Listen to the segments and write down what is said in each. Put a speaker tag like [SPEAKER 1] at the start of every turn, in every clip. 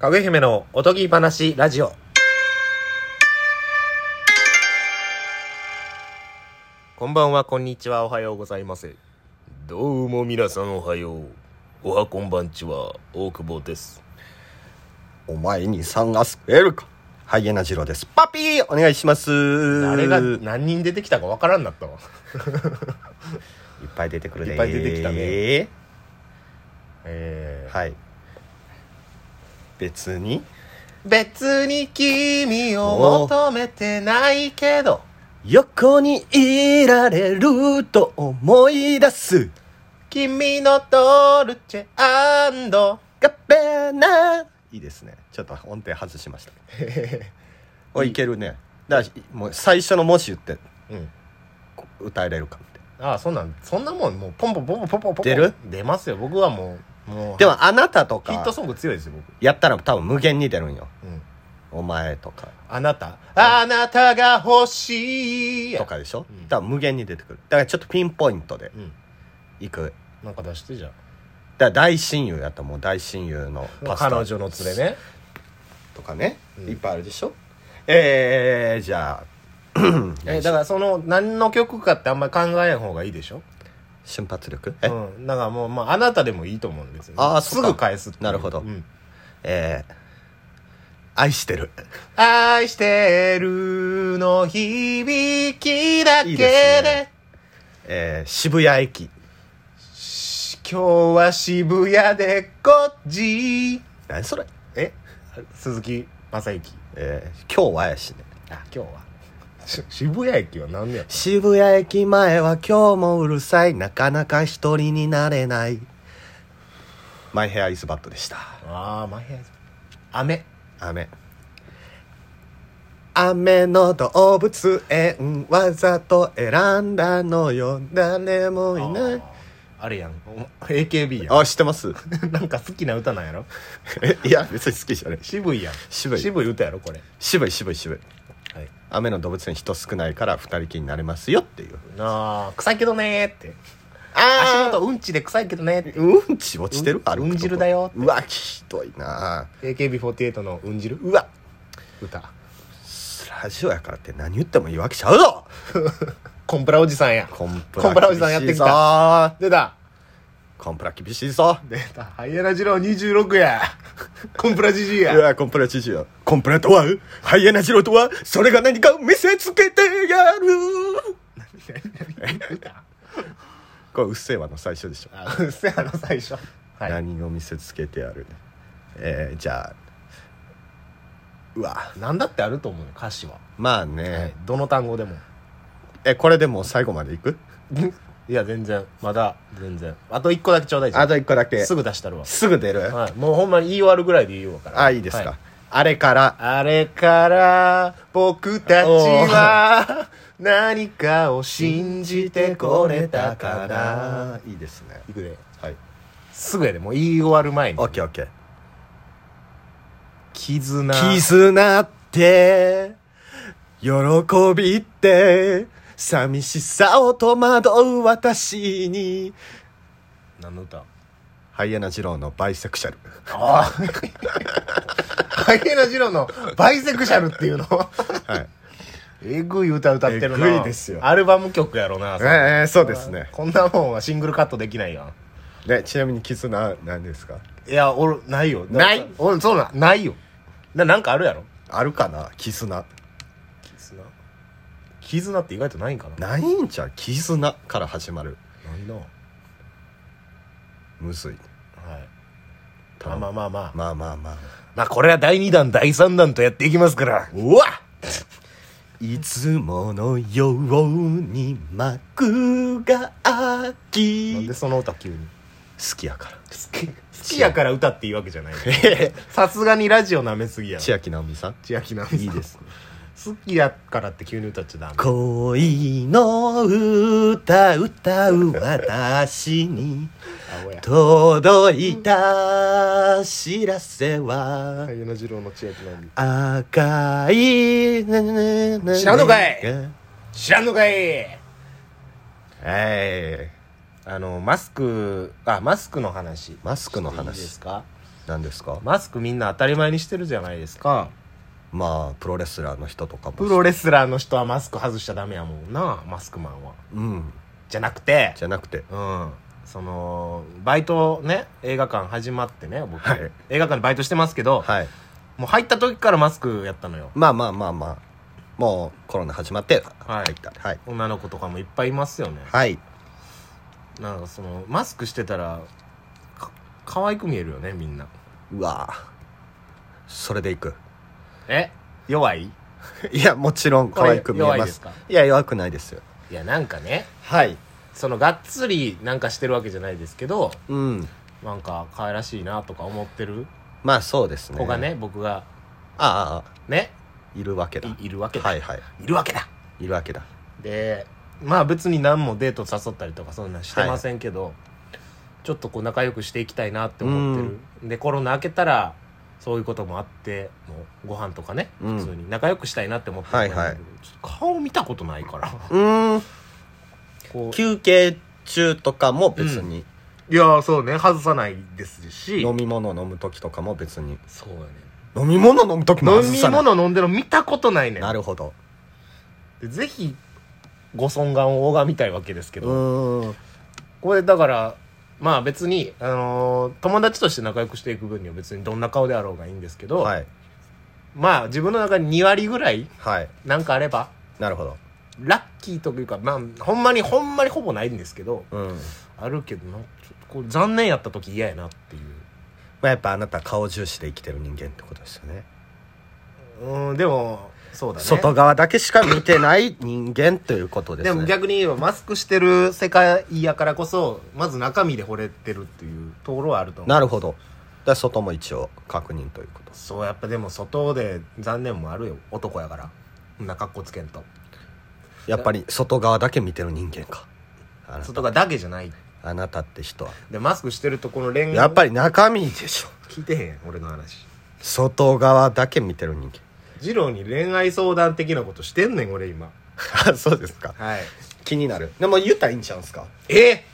[SPEAKER 1] かぐや姫のおとぎ話ラジオ。こんばんは、こんにちは、おはようございます。
[SPEAKER 2] どうも皆さんおはよう。おはこんばんちは、大久保です。
[SPEAKER 3] お前に酸が救えるか。ハイエナジローです。パピーお願いします。
[SPEAKER 1] 誰が
[SPEAKER 3] いっ
[SPEAKER 1] 何人出てきたかわからんなったわ。
[SPEAKER 3] ぱい出てくるね。
[SPEAKER 1] いっぱい出てきた
[SPEAKER 3] ね。
[SPEAKER 1] えー
[SPEAKER 3] はい。別に
[SPEAKER 1] 別に君を求めてないけど、
[SPEAKER 3] 横にいられると思い出す。
[SPEAKER 1] 君のドルチェ
[SPEAKER 3] ガッペーナいいですね。ちょっと音程外しま した。おいけるね。だからもう最初の文字言って
[SPEAKER 1] うん。
[SPEAKER 3] こう歌えれるかって。
[SPEAKER 1] ああ、そんなん、そんなもん、もうポンポンポンポンポンポンポン。
[SPEAKER 3] 出る
[SPEAKER 1] 出ますよ。僕はもう、もう、
[SPEAKER 3] でもあなたと
[SPEAKER 1] ヒッ
[SPEAKER 3] か
[SPEAKER 1] トソング強いですよ、僕。
[SPEAKER 3] やったら多分無限に出るんよ。
[SPEAKER 1] うん。
[SPEAKER 3] お前とか。
[SPEAKER 1] あなた。あなたが欲しい。
[SPEAKER 3] と。かでしょ、
[SPEAKER 1] うん
[SPEAKER 3] だから無限に出てくるだからちょっとピンポイントで
[SPEAKER 1] うん。
[SPEAKER 3] いくだか
[SPEAKER 1] なんか出してじゃん。
[SPEAKER 3] ら大親友やったらもう大親友のパスタ
[SPEAKER 1] 彼女の連れね。
[SPEAKER 3] とかね、
[SPEAKER 1] うん
[SPEAKER 3] いっぱいあるでしょえー、じゃあ
[SPEAKER 1] え、だからその、何の曲かってあんまり考えん方がいいでしょ
[SPEAKER 3] 瞬発力え、
[SPEAKER 1] うん。だからもう、まあ、あなたでもいいと思うんですよ、
[SPEAKER 3] あー
[SPEAKER 1] す
[SPEAKER 3] そっ
[SPEAKER 1] ぐ
[SPEAKER 3] か
[SPEAKER 1] 返すっていう
[SPEAKER 3] なるほど
[SPEAKER 1] うん。
[SPEAKER 3] えー愛してる
[SPEAKER 1] 愛してるの響きだけで
[SPEAKER 3] いいですねえー渋谷駅
[SPEAKER 1] し今日は渋谷でこっち。
[SPEAKER 3] 何それ
[SPEAKER 1] え鈴木正幸。
[SPEAKER 3] えー今日はやしね
[SPEAKER 1] あ、今日は。し 渋谷駅は何でやった
[SPEAKER 3] 渋谷駅前は今日もうるさいなかなか一人になれないマイヘアイズバッドでした
[SPEAKER 1] ああ、マイヘアイズ雨。
[SPEAKER 3] 雨雨の動物園わざと選んだのよ誰もいない
[SPEAKER 1] あれやん。お AKB や
[SPEAKER 3] あ知ってます
[SPEAKER 1] ん。 なんか好きな歌なんやろ
[SPEAKER 3] えいや別に好きじゃない
[SPEAKER 1] 渋いやん。
[SPEAKER 3] 渋い
[SPEAKER 1] 渋い歌やろこれ。
[SPEAKER 3] 渋い渋い渋い
[SPEAKER 1] はい。
[SPEAKER 3] 雨の動物園人少ないから二人きりになれますよっていう
[SPEAKER 1] なあ、臭いけどねーって。足
[SPEAKER 3] あ
[SPEAKER 1] 元うんちで臭いけどねーって。
[SPEAKER 3] うんち落ちてる
[SPEAKER 1] うん
[SPEAKER 3] 歩くとこ
[SPEAKER 1] うん汁だよ
[SPEAKER 3] うわひどいな
[SPEAKER 1] AKB48 のうんじる
[SPEAKER 3] うわ
[SPEAKER 1] 歌。
[SPEAKER 3] ラジオやからって何言ってもいいわけちゃうぞ
[SPEAKER 1] コンプラおじさんや。
[SPEAKER 3] コンプ
[SPEAKER 1] コンプラ
[SPEAKER 3] ラ
[SPEAKER 1] おじさんやってき
[SPEAKER 3] た
[SPEAKER 1] 出た。
[SPEAKER 3] コンプラ厳しいぞ
[SPEAKER 1] 出た。ハイエナ二郎26や。 コンプラじじいうや。
[SPEAKER 3] わコンプラ知事よコンプラとはハイエナジロとはそれが何か見せつけてやるこれ「うっせぇわ」の最初でしょ、
[SPEAKER 1] あ、うっせやろ、最初。はい。
[SPEAKER 3] 何を見せつけてやるえー、じゃあうわ
[SPEAKER 1] なんだってあると思うよ、歌詞は。
[SPEAKER 3] まあね、
[SPEAKER 1] はい。どの単語でも。
[SPEAKER 3] えこれでもう最後までいく
[SPEAKER 1] いや、全然。まだ、全然。あと一個だけちょうだいじゃん
[SPEAKER 3] あと一個だけ
[SPEAKER 1] す
[SPEAKER 3] すぐ
[SPEAKER 1] ぐ出したるわ。
[SPEAKER 3] 出る、
[SPEAKER 1] はい。もうほんまに言い終わるぐらいで言うわから。
[SPEAKER 3] あいいですか、
[SPEAKER 1] は
[SPEAKER 3] あれから
[SPEAKER 1] あれから、僕たちは、何かを信じてこれたかな。
[SPEAKER 3] いいですね
[SPEAKER 1] いくで。
[SPEAKER 3] はい
[SPEAKER 1] すぐやで、もう言い終わる前に
[SPEAKER 3] オ。ッケーオッケー
[SPEAKER 1] 絆。
[SPEAKER 3] 絆って喜びって寂しさを戸惑う私に
[SPEAKER 1] 何の歌
[SPEAKER 3] ハイエナ二郎のバイセクシャ ル
[SPEAKER 1] ああ。 ハイエナジロのバイセクシャルっていうの。
[SPEAKER 3] はい
[SPEAKER 1] えぐい歌歌ってるな。
[SPEAKER 3] えぐいですよ
[SPEAKER 1] アルバム曲やろな。それ
[SPEAKER 3] ええそうですね
[SPEAKER 1] こんなもんはシングルカットできないやん。
[SPEAKER 3] でちなみに絆何ですか
[SPEAKER 1] いや、俺、ないよ。
[SPEAKER 3] ない
[SPEAKER 1] 俺、そうなん、ないよ。な、なんかあるやろ
[SPEAKER 3] あるかな絆
[SPEAKER 1] 絆。絆って意外とないんかな
[SPEAKER 3] ないんちゃう絆から始まる
[SPEAKER 1] ないな。は
[SPEAKER 3] むずい
[SPEAKER 1] い。まあまあまあまあ。
[SPEAKER 3] まあまあまあ
[SPEAKER 1] まあ、これは第2弾、第3弾とやっていきますから。
[SPEAKER 3] うわいつものように幕が開
[SPEAKER 1] なん
[SPEAKER 3] き
[SPEAKER 1] で
[SPEAKER 3] 好
[SPEAKER 1] その歌急に。
[SPEAKER 3] きやから
[SPEAKER 1] 好き、好きやから歌っていいわけじゃない。 さすがにラジオ舐めすぎやろ。
[SPEAKER 3] 千秋直美さん
[SPEAKER 1] 千秋直美さん
[SPEAKER 3] いいですね
[SPEAKER 1] 好きやからって急に歌っちゃダメ。
[SPEAKER 3] 恋の歌歌う私に
[SPEAKER 1] あ、おや。
[SPEAKER 3] 届いた知らせは
[SPEAKER 1] 俳優の二郎の千秋直美。
[SPEAKER 3] 赤い
[SPEAKER 1] 知らんのかい知らんのかい
[SPEAKER 3] えい
[SPEAKER 1] あの、マスク、あ、マスクの話。
[SPEAKER 3] マスクの話
[SPEAKER 1] いいですか
[SPEAKER 3] 何ですか
[SPEAKER 1] マスクみんな当たり前にしてるじゃないですか
[SPEAKER 3] まあプロレスラーの人とかも
[SPEAKER 1] プロレスラーの人はマスク外しちゃダメやもんなマスクマンは
[SPEAKER 3] うん
[SPEAKER 1] じゃなくて
[SPEAKER 3] じゃなくて
[SPEAKER 1] うんそのバイトね映画館始まってね僕、
[SPEAKER 3] はい
[SPEAKER 1] 映画館でバイトしてますけど、
[SPEAKER 3] はい
[SPEAKER 1] もう入った時からマスクやったのよ
[SPEAKER 3] まあまあまあまあもうコロナ始まって
[SPEAKER 1] は
[SPEAKER 3] 入
[SPEAKER 1] い
[SPEAKER 3] ったはい
[SPEAKER 1] 女の子とかもいっぱいいますよね
[SPEAKER 3] はい
[SPEAKER 1] なんかそのマスクしてたらか可愛く見えるよねみんな
[SPEAKER 3] うわぁそれでいく
[SPEAKER 1] え弱い
[SPEAKER 3] いやもちろん可愛く見え
[SPEAKER 1] これ弱い
[SPEAKER 3] ま
[SPEAKER 1] ですすか
[SPEAKER 3] いや弱くないですよ
[SPEAKER 1] いやなんかね
[SPEAKER 3] はい
[SPEAKER 1] そのがっつりなんかしてるわけじゃないですけど
[SPEAKER 3] うん
[SPEAKER 1] なんか可愛らしいなとか思ってる
[SPEAKER 3] まあそうですね
[SPEAKER 1] 子がね僕が
[SPEAKER 3] あああ
[SPEAKER 1] ね
[SPEAKER 3] あいるわけだ
[SPEAKER 1] いいるわけだ、
[SPEAKER 3] はいはい
[SPEAKER 1] いるわけだ
[SPEAKER 3] いるわけだ
[SPEAKER 1] でまあ別に何もデート誘ったりとかそんなんしてませんけど、ちょっとこう仲良くしていきたいなって思ってるでコロナ明けたらそういうこともあってもうご飯とかね、
[SPEAKER 3] うん
[SPEAKER 1] 普通に仲良くしたいなって思ってるんだけど
[SPEAKER 3] はいはい
[SPEAKER 1] ちょっと顔見たことないから
[SPEAKER 3] うーん
[SPEAKER 1] こう
[SPEAKER 3] 休憩中とかも別に、
[SPEAKER 1] いやそうね外さないですし
[SPEAKER 3] 飲み物飲む時とかも別に
[SPEAKER 1] そうやね
[SPEAKER 3] 飲み物飲む時も
[SPEAKER 1] 飲
[SPEAKER 3] 外
[SPEAKER 1] み
[SPEAKER 3] さない
[SPEAKER 1] 物飲んでるの見たことないねん
[SPEAKER 3] なるほど
[SPEAKER 1] でぜひご尊顔を拝みたいわけですけ
[SPEAKER 3] う
[SPEAKER 1] ど、
[SPEAKER 3] ーん
[SPEAKER 1] これだからまあ別に、あのー友達として仲良くしていく分には別にどんな顔であろうがいいんですけど、
[SPEAKER 3] はい
[SPEAKER 1] まあ自分の中に2割ぐらい
[SPEAKER 3] はい
[SPEAKER 1] なんかあれば
[SPEAKER 3] なるほど
[SPEAKER 1] ラッキーというかまあほんまにほんまにほぼないんですけど
[SPEAKER 3] うん
[SPEAKER 1] あるけどなちょっとこれ残念やった時嫌やなっていう。
[SPEAKER 3] まあやっぱあなた顔重視で生きてる人間ってことですよね
[SPEAKER 1] うんでもそうだね
[SPEAKER 3] 外側だけしか見てない人間ということです
[SPEAKER 1] で
[SPEAKER 3] ね
[SPEAKER 1] も逆に言えばマスクしてる世界やからこそまず中身で惚れてるっていうところはあると思う
[SPEAKER 3] なるほどだから外も一応確認ということ
[SPEAKER 1] そうやっぱでも外で残念もあるよ男やからこんな格好つけんと
[SPEAKER 3] やっぱり外側だけ見てる人間かあな
[SPEAKER 1] 外がだけじゃない
[SPEAKER 3] あなたって人は
[SPEAKER 1] でマスクしてるとこの恋愛
[SPEAKER 3] やっぱり中身でしょ
[SPEAKER 1] 聞いてへん俺の話
[SPEAKER 3] 外側だけ見てる人
[SPEAKER 1] 二郎に恋愛相談的なことしてんねん俺今
[SPEAKER 3] 間 あそうですか
[SPEAKER 1] はい
[SPEAKER 3] 気になるでも言ったらいいんちゃうんすか
[SPEAKER 1] え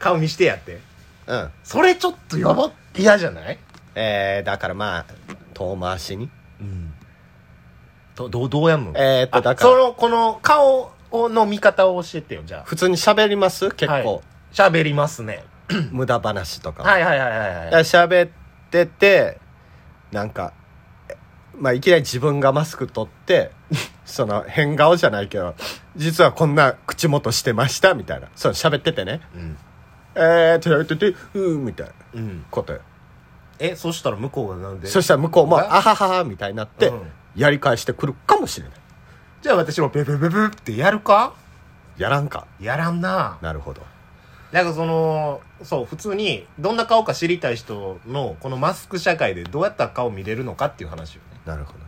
[SPEAKER 1] 顔見してやって
[SPEAKER 3] うん
[SPEAKER 1] それちょっとやば嫌じゃない
[SPEAKER 3] えー、だからまあ遠回しに
[SPEAKER 1] うんどどうどうやんの
[SPEAKER 3] えーっと
[SPEAKER 1] あ
[SPEAKER 3] だから
[SPEAKER 1] そのこの顔の見方を教えてよじゃあ
[SPEAKER 3] 普通に喋ります結
[SPEAKER 1] はい
[SPEAKER 3] 構、
[SPEAKER 1] 喋りますね
[SPEAKER 3] 無駄話とか
[SPEAKER 1] はいはいはいはいはい
[SPEAKER 3] 喋っててなんかまあいきなり自分がマスク取って その変顔じゃないけど実はこんな口元してましたみたいなそう喋っててね
[SPEAKER 1] うん、
[SPEAKER 3] えーってやっててうーみたいな
[SPEAKER 1] うん、
[SPEAKER 3] ことよ
[SPEAKER 1] えそしたら向こうがなんで
[SPEAKER 3] そしたら向こうも「
[SPEAKER 1] え
[SPEAKER 3] あははは」みたいになって、
[SPEAKER 1] うん
[SPEAKER 3] やり返してくるかもしれない
[SPEAKER 1] じゃあ私もペペペペってやるか
[SPEAKER 3] やらんか
[SPEAKER 1] やらんな
[SPEAKER 3] なるほど
[SPEAKER 1] なんかそのそう普通にどんな顔か知りたい人のこのマスク社会でどうやったら顔見れるのかっていう話よね、
[SPEAKER 3] なるほど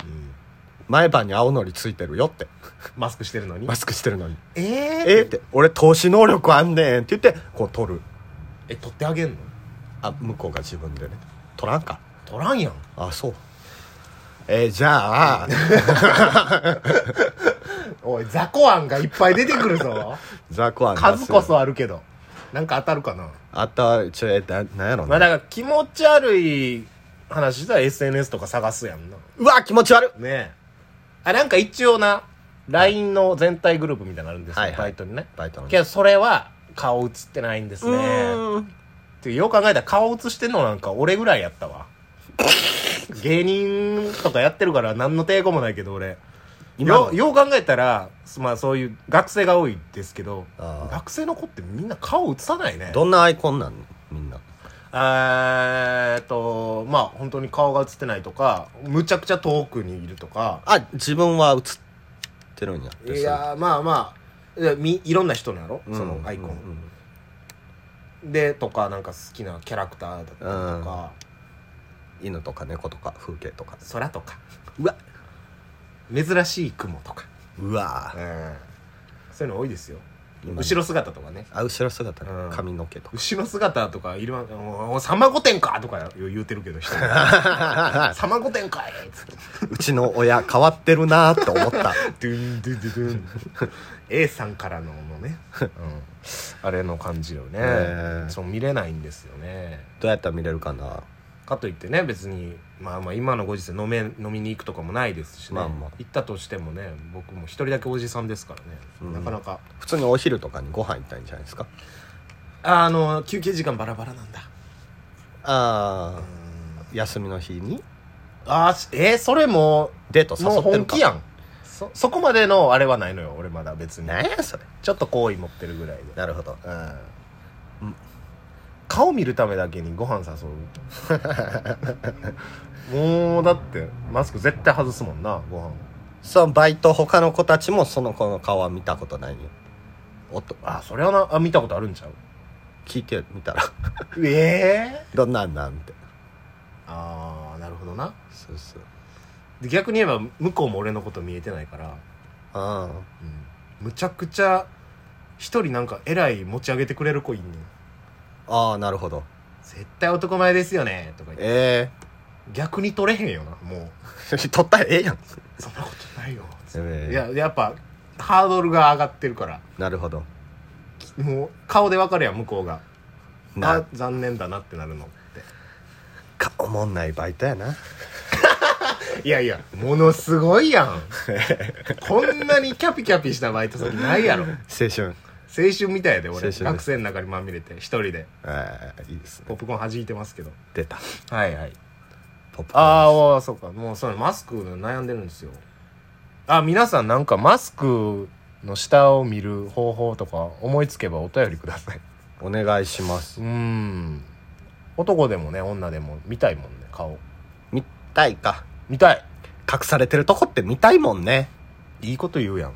[SPEAKER 3] 前歯に青のりついてるよって
[SPEAKER 1] マスクしてるのに
[SPEAKER 3] マスクしてるのに
[SPEAKER 1] えー、
[SPEAKER 3] 「えーって「俺投資能力あんねん」って言ってこう取る
[SPEAKER 1] え取ってあげんの
[SPEAKER 3] あ向こうが自分でね取らんか
[SPEAKER 1] 取らんやん
[SPEAKER 3] あそうえーじゃあ
[SPEAKER 1] おい雑魚案がいっぱい出てくる ぞ
[SPEAKER 3] ザコアン
[SPEAKER 1] 数こそあるけどなんか当たるかな、
[SPEAKER 3] あたちょえななんやろ
[SPEAKER 1] まあ
[SPEAKER 3] な
[SPEAKER 1] だから気持ち悪い話したら SNS とか探すやんな
[SPEAKER 3] うわ気持ち悪い
[SPEAKER 1] ねえあなんか一応な LINE の全体グループみたいなのあるんですよ、
[SPEAKER 3] はいはい
[SPEAKER 1] バイトにね
[SPEAKER 3] バイトの
[SPEAKER 1] けどそれは顔映ってないんです
[SPEAKER 3] う
[SPEAKER 1] ね
[SPEAKER 3] ーん
[SPEAKER 1] ってよう考えたら顔映してんのなんか俺ぐらいやった わ芸人とかやってるから何の抵抗もないけど俺
[SPEAKER 3] 今
[SPEAKER 1] よ
[SPEAKER 3] の
[SPEAKER 1] よう考えたらまあそういう学生が多いですけど
[SPEAKER 3] あー
[SPEAKER 1] 学生の子ってみんな顔映さないね
[SPEAKER 3] どんなアイコンなんのみんな
[SPEAKER 1] えーっとまあ本当に顔が映ってないとかむちゃくちゃ遠くにいるとか
[SPEAKER 3] あ自分は映ってるんや
[SPEAKER 1] いやーまあまあいやみいろんな人のやろ、
[SPEAKER 3] うん
[SPEAKER 1] そのアイコン、
[SPEAKER 3] うん
[SPEAKER 1] でとかなんか好きなキャラクターだったりとか、
[SPEAKER 3] 犬とか猫とか風景とか
[SPEAKER 1] 空とか
[SPEAKER 3] うわ
[SPEAKER 1] 珍しい雲とか、
[SPEAKER 3] うわー
[SPEAKER 1] そういうの多いですよ
[SPEAKER 3] 今の
[SPEAKER 1] 後ろ姿とかね
[SPEAKER 3] あ後ろ姿ね
[SPEAKER 1] うん
[SPEAKER 3] 髪の毛 とか
[SPEAKER 1] 後ろ姿とかいろんおお「さま御殿か!」とか言うてるけど 人さま御殿かい!」っつって
[SPEAKER 3] うちの親変わってるなーって思った
[SPEAKER 1] ドゥンドゥドゥドゥン A さんからののね、うん、あれの感じをね、
[SPEAKER 3] えー
[SPEAKER 1] そう見れないんですよね
[SPEAKER 3] どうやったら見れるかな
[SPEAKER 1] かといってね別に、まあ、まあ今のご時世飲め飲みに行くとかもないですしね、
[SPEAKER 3] まあまあ
[SPEAKER 1] 行ったとしてもね僕も一人だけおじさんですからね、
[SPEAKER 3] うん
[SPEAKER 1] なかなか
[SPEAKER 3] 普通にお昼とかにご飯行ったんじゃないですか
[SPEAKER 1] あの休憩時間バラバラなんだ
[SPEAKER 3] ああ休みの日に
[SPEAKER 1] あーしえー、それも
[SPEAKER 3] デート誘
[SPEAKER 1] もう
[SPEAKER 3] ってるか
[SPEAKER 1] 本気やんそそこまでのあれはないのよ俺まだ別に
[SPEAKER 3] 何やそれ
[SPEAKER 1] ちょっと好意持ってるぐらいで
[SPEAKER 3] なるほど
[SPEAKER 1] うん顔見るためだけにご飯誘 うもうだってマスク絶対外すもんなご飯
[SPEAKER 3] そのバイト他の子たちもその子の顔は見たことないよおっと
[SPEAKER 1] あそれはなあ見たことあるんちゃう
[SPEAKER 3] 聞いてみ たら
[SPEAKER 1] ええ
[SPEAKER 3] どんなんなんて
[SPEAKER 1] ああなるほどな
[SPEAKER 3] そうそう
[SPEAKER 1] で逆に言えば向こうも俺のこと見えてないから、
[SPEAKER 3] あ
[SPEAKER 1] むちゃくちゃ一人なんかえらい持ち上げてくれる子いんねん
[SPEAKER 3] あああなるほど
[SPEAKER 1] 絶対男前ですよねとか言って
[SPEAKER 3] え
[SPEAKER 1] 逆に取れへんよなもう
[SPEAKER 3] え 取ったらええやん
[SPEAKER 1] そんなことないよ、
[SPEAKER 3] ええ
[SPEAKER 1] いややっぱハードルが上がってるから
[SPEAKER 3] なるほど
[SPEAKER 1] もう顔でわかるやん向こうが
[SPEAKER 3] な
[SPEAKER 1] あ残念だなってなるのっ
[SPEAKER 3] かおもんないバイトやな
[SPEAKER 1] ていやいやものすごいやんこんなにキャピキャピしたバイト先ないやろ
[SPEAKER 3] 青春
[SPEAKER 1] 青春みたいやで俺
[SPEAKER 3] 青春です
[SPEAKER 1] 学生の中にまみれて一人で
[SPEAKER 3] ええいいですね
[SPEAKER 1] ポップコーン弾いてますけど
[SPEAKER 3] 出た
[SPEAKER 1] はいはい
[SPEAKER 3] ポップコーン
[SPEAKER 1] あーあそうかもうそのマスクの悩んでるんですよあ皆さんなんかマスクの下を見る方法とか思いつけばお便りくだ さい
[SPEAKER 3] お願いします
[SPEAKER 1] うーん男でもね女でも見たいもんね顔
[SPEAKER 3] 見たいか
[SPEAKER 1] 見たい
[SPEAKER 3] 隠されてるとこって見たいもんね
[SPEAKER 1] いいこと言うやん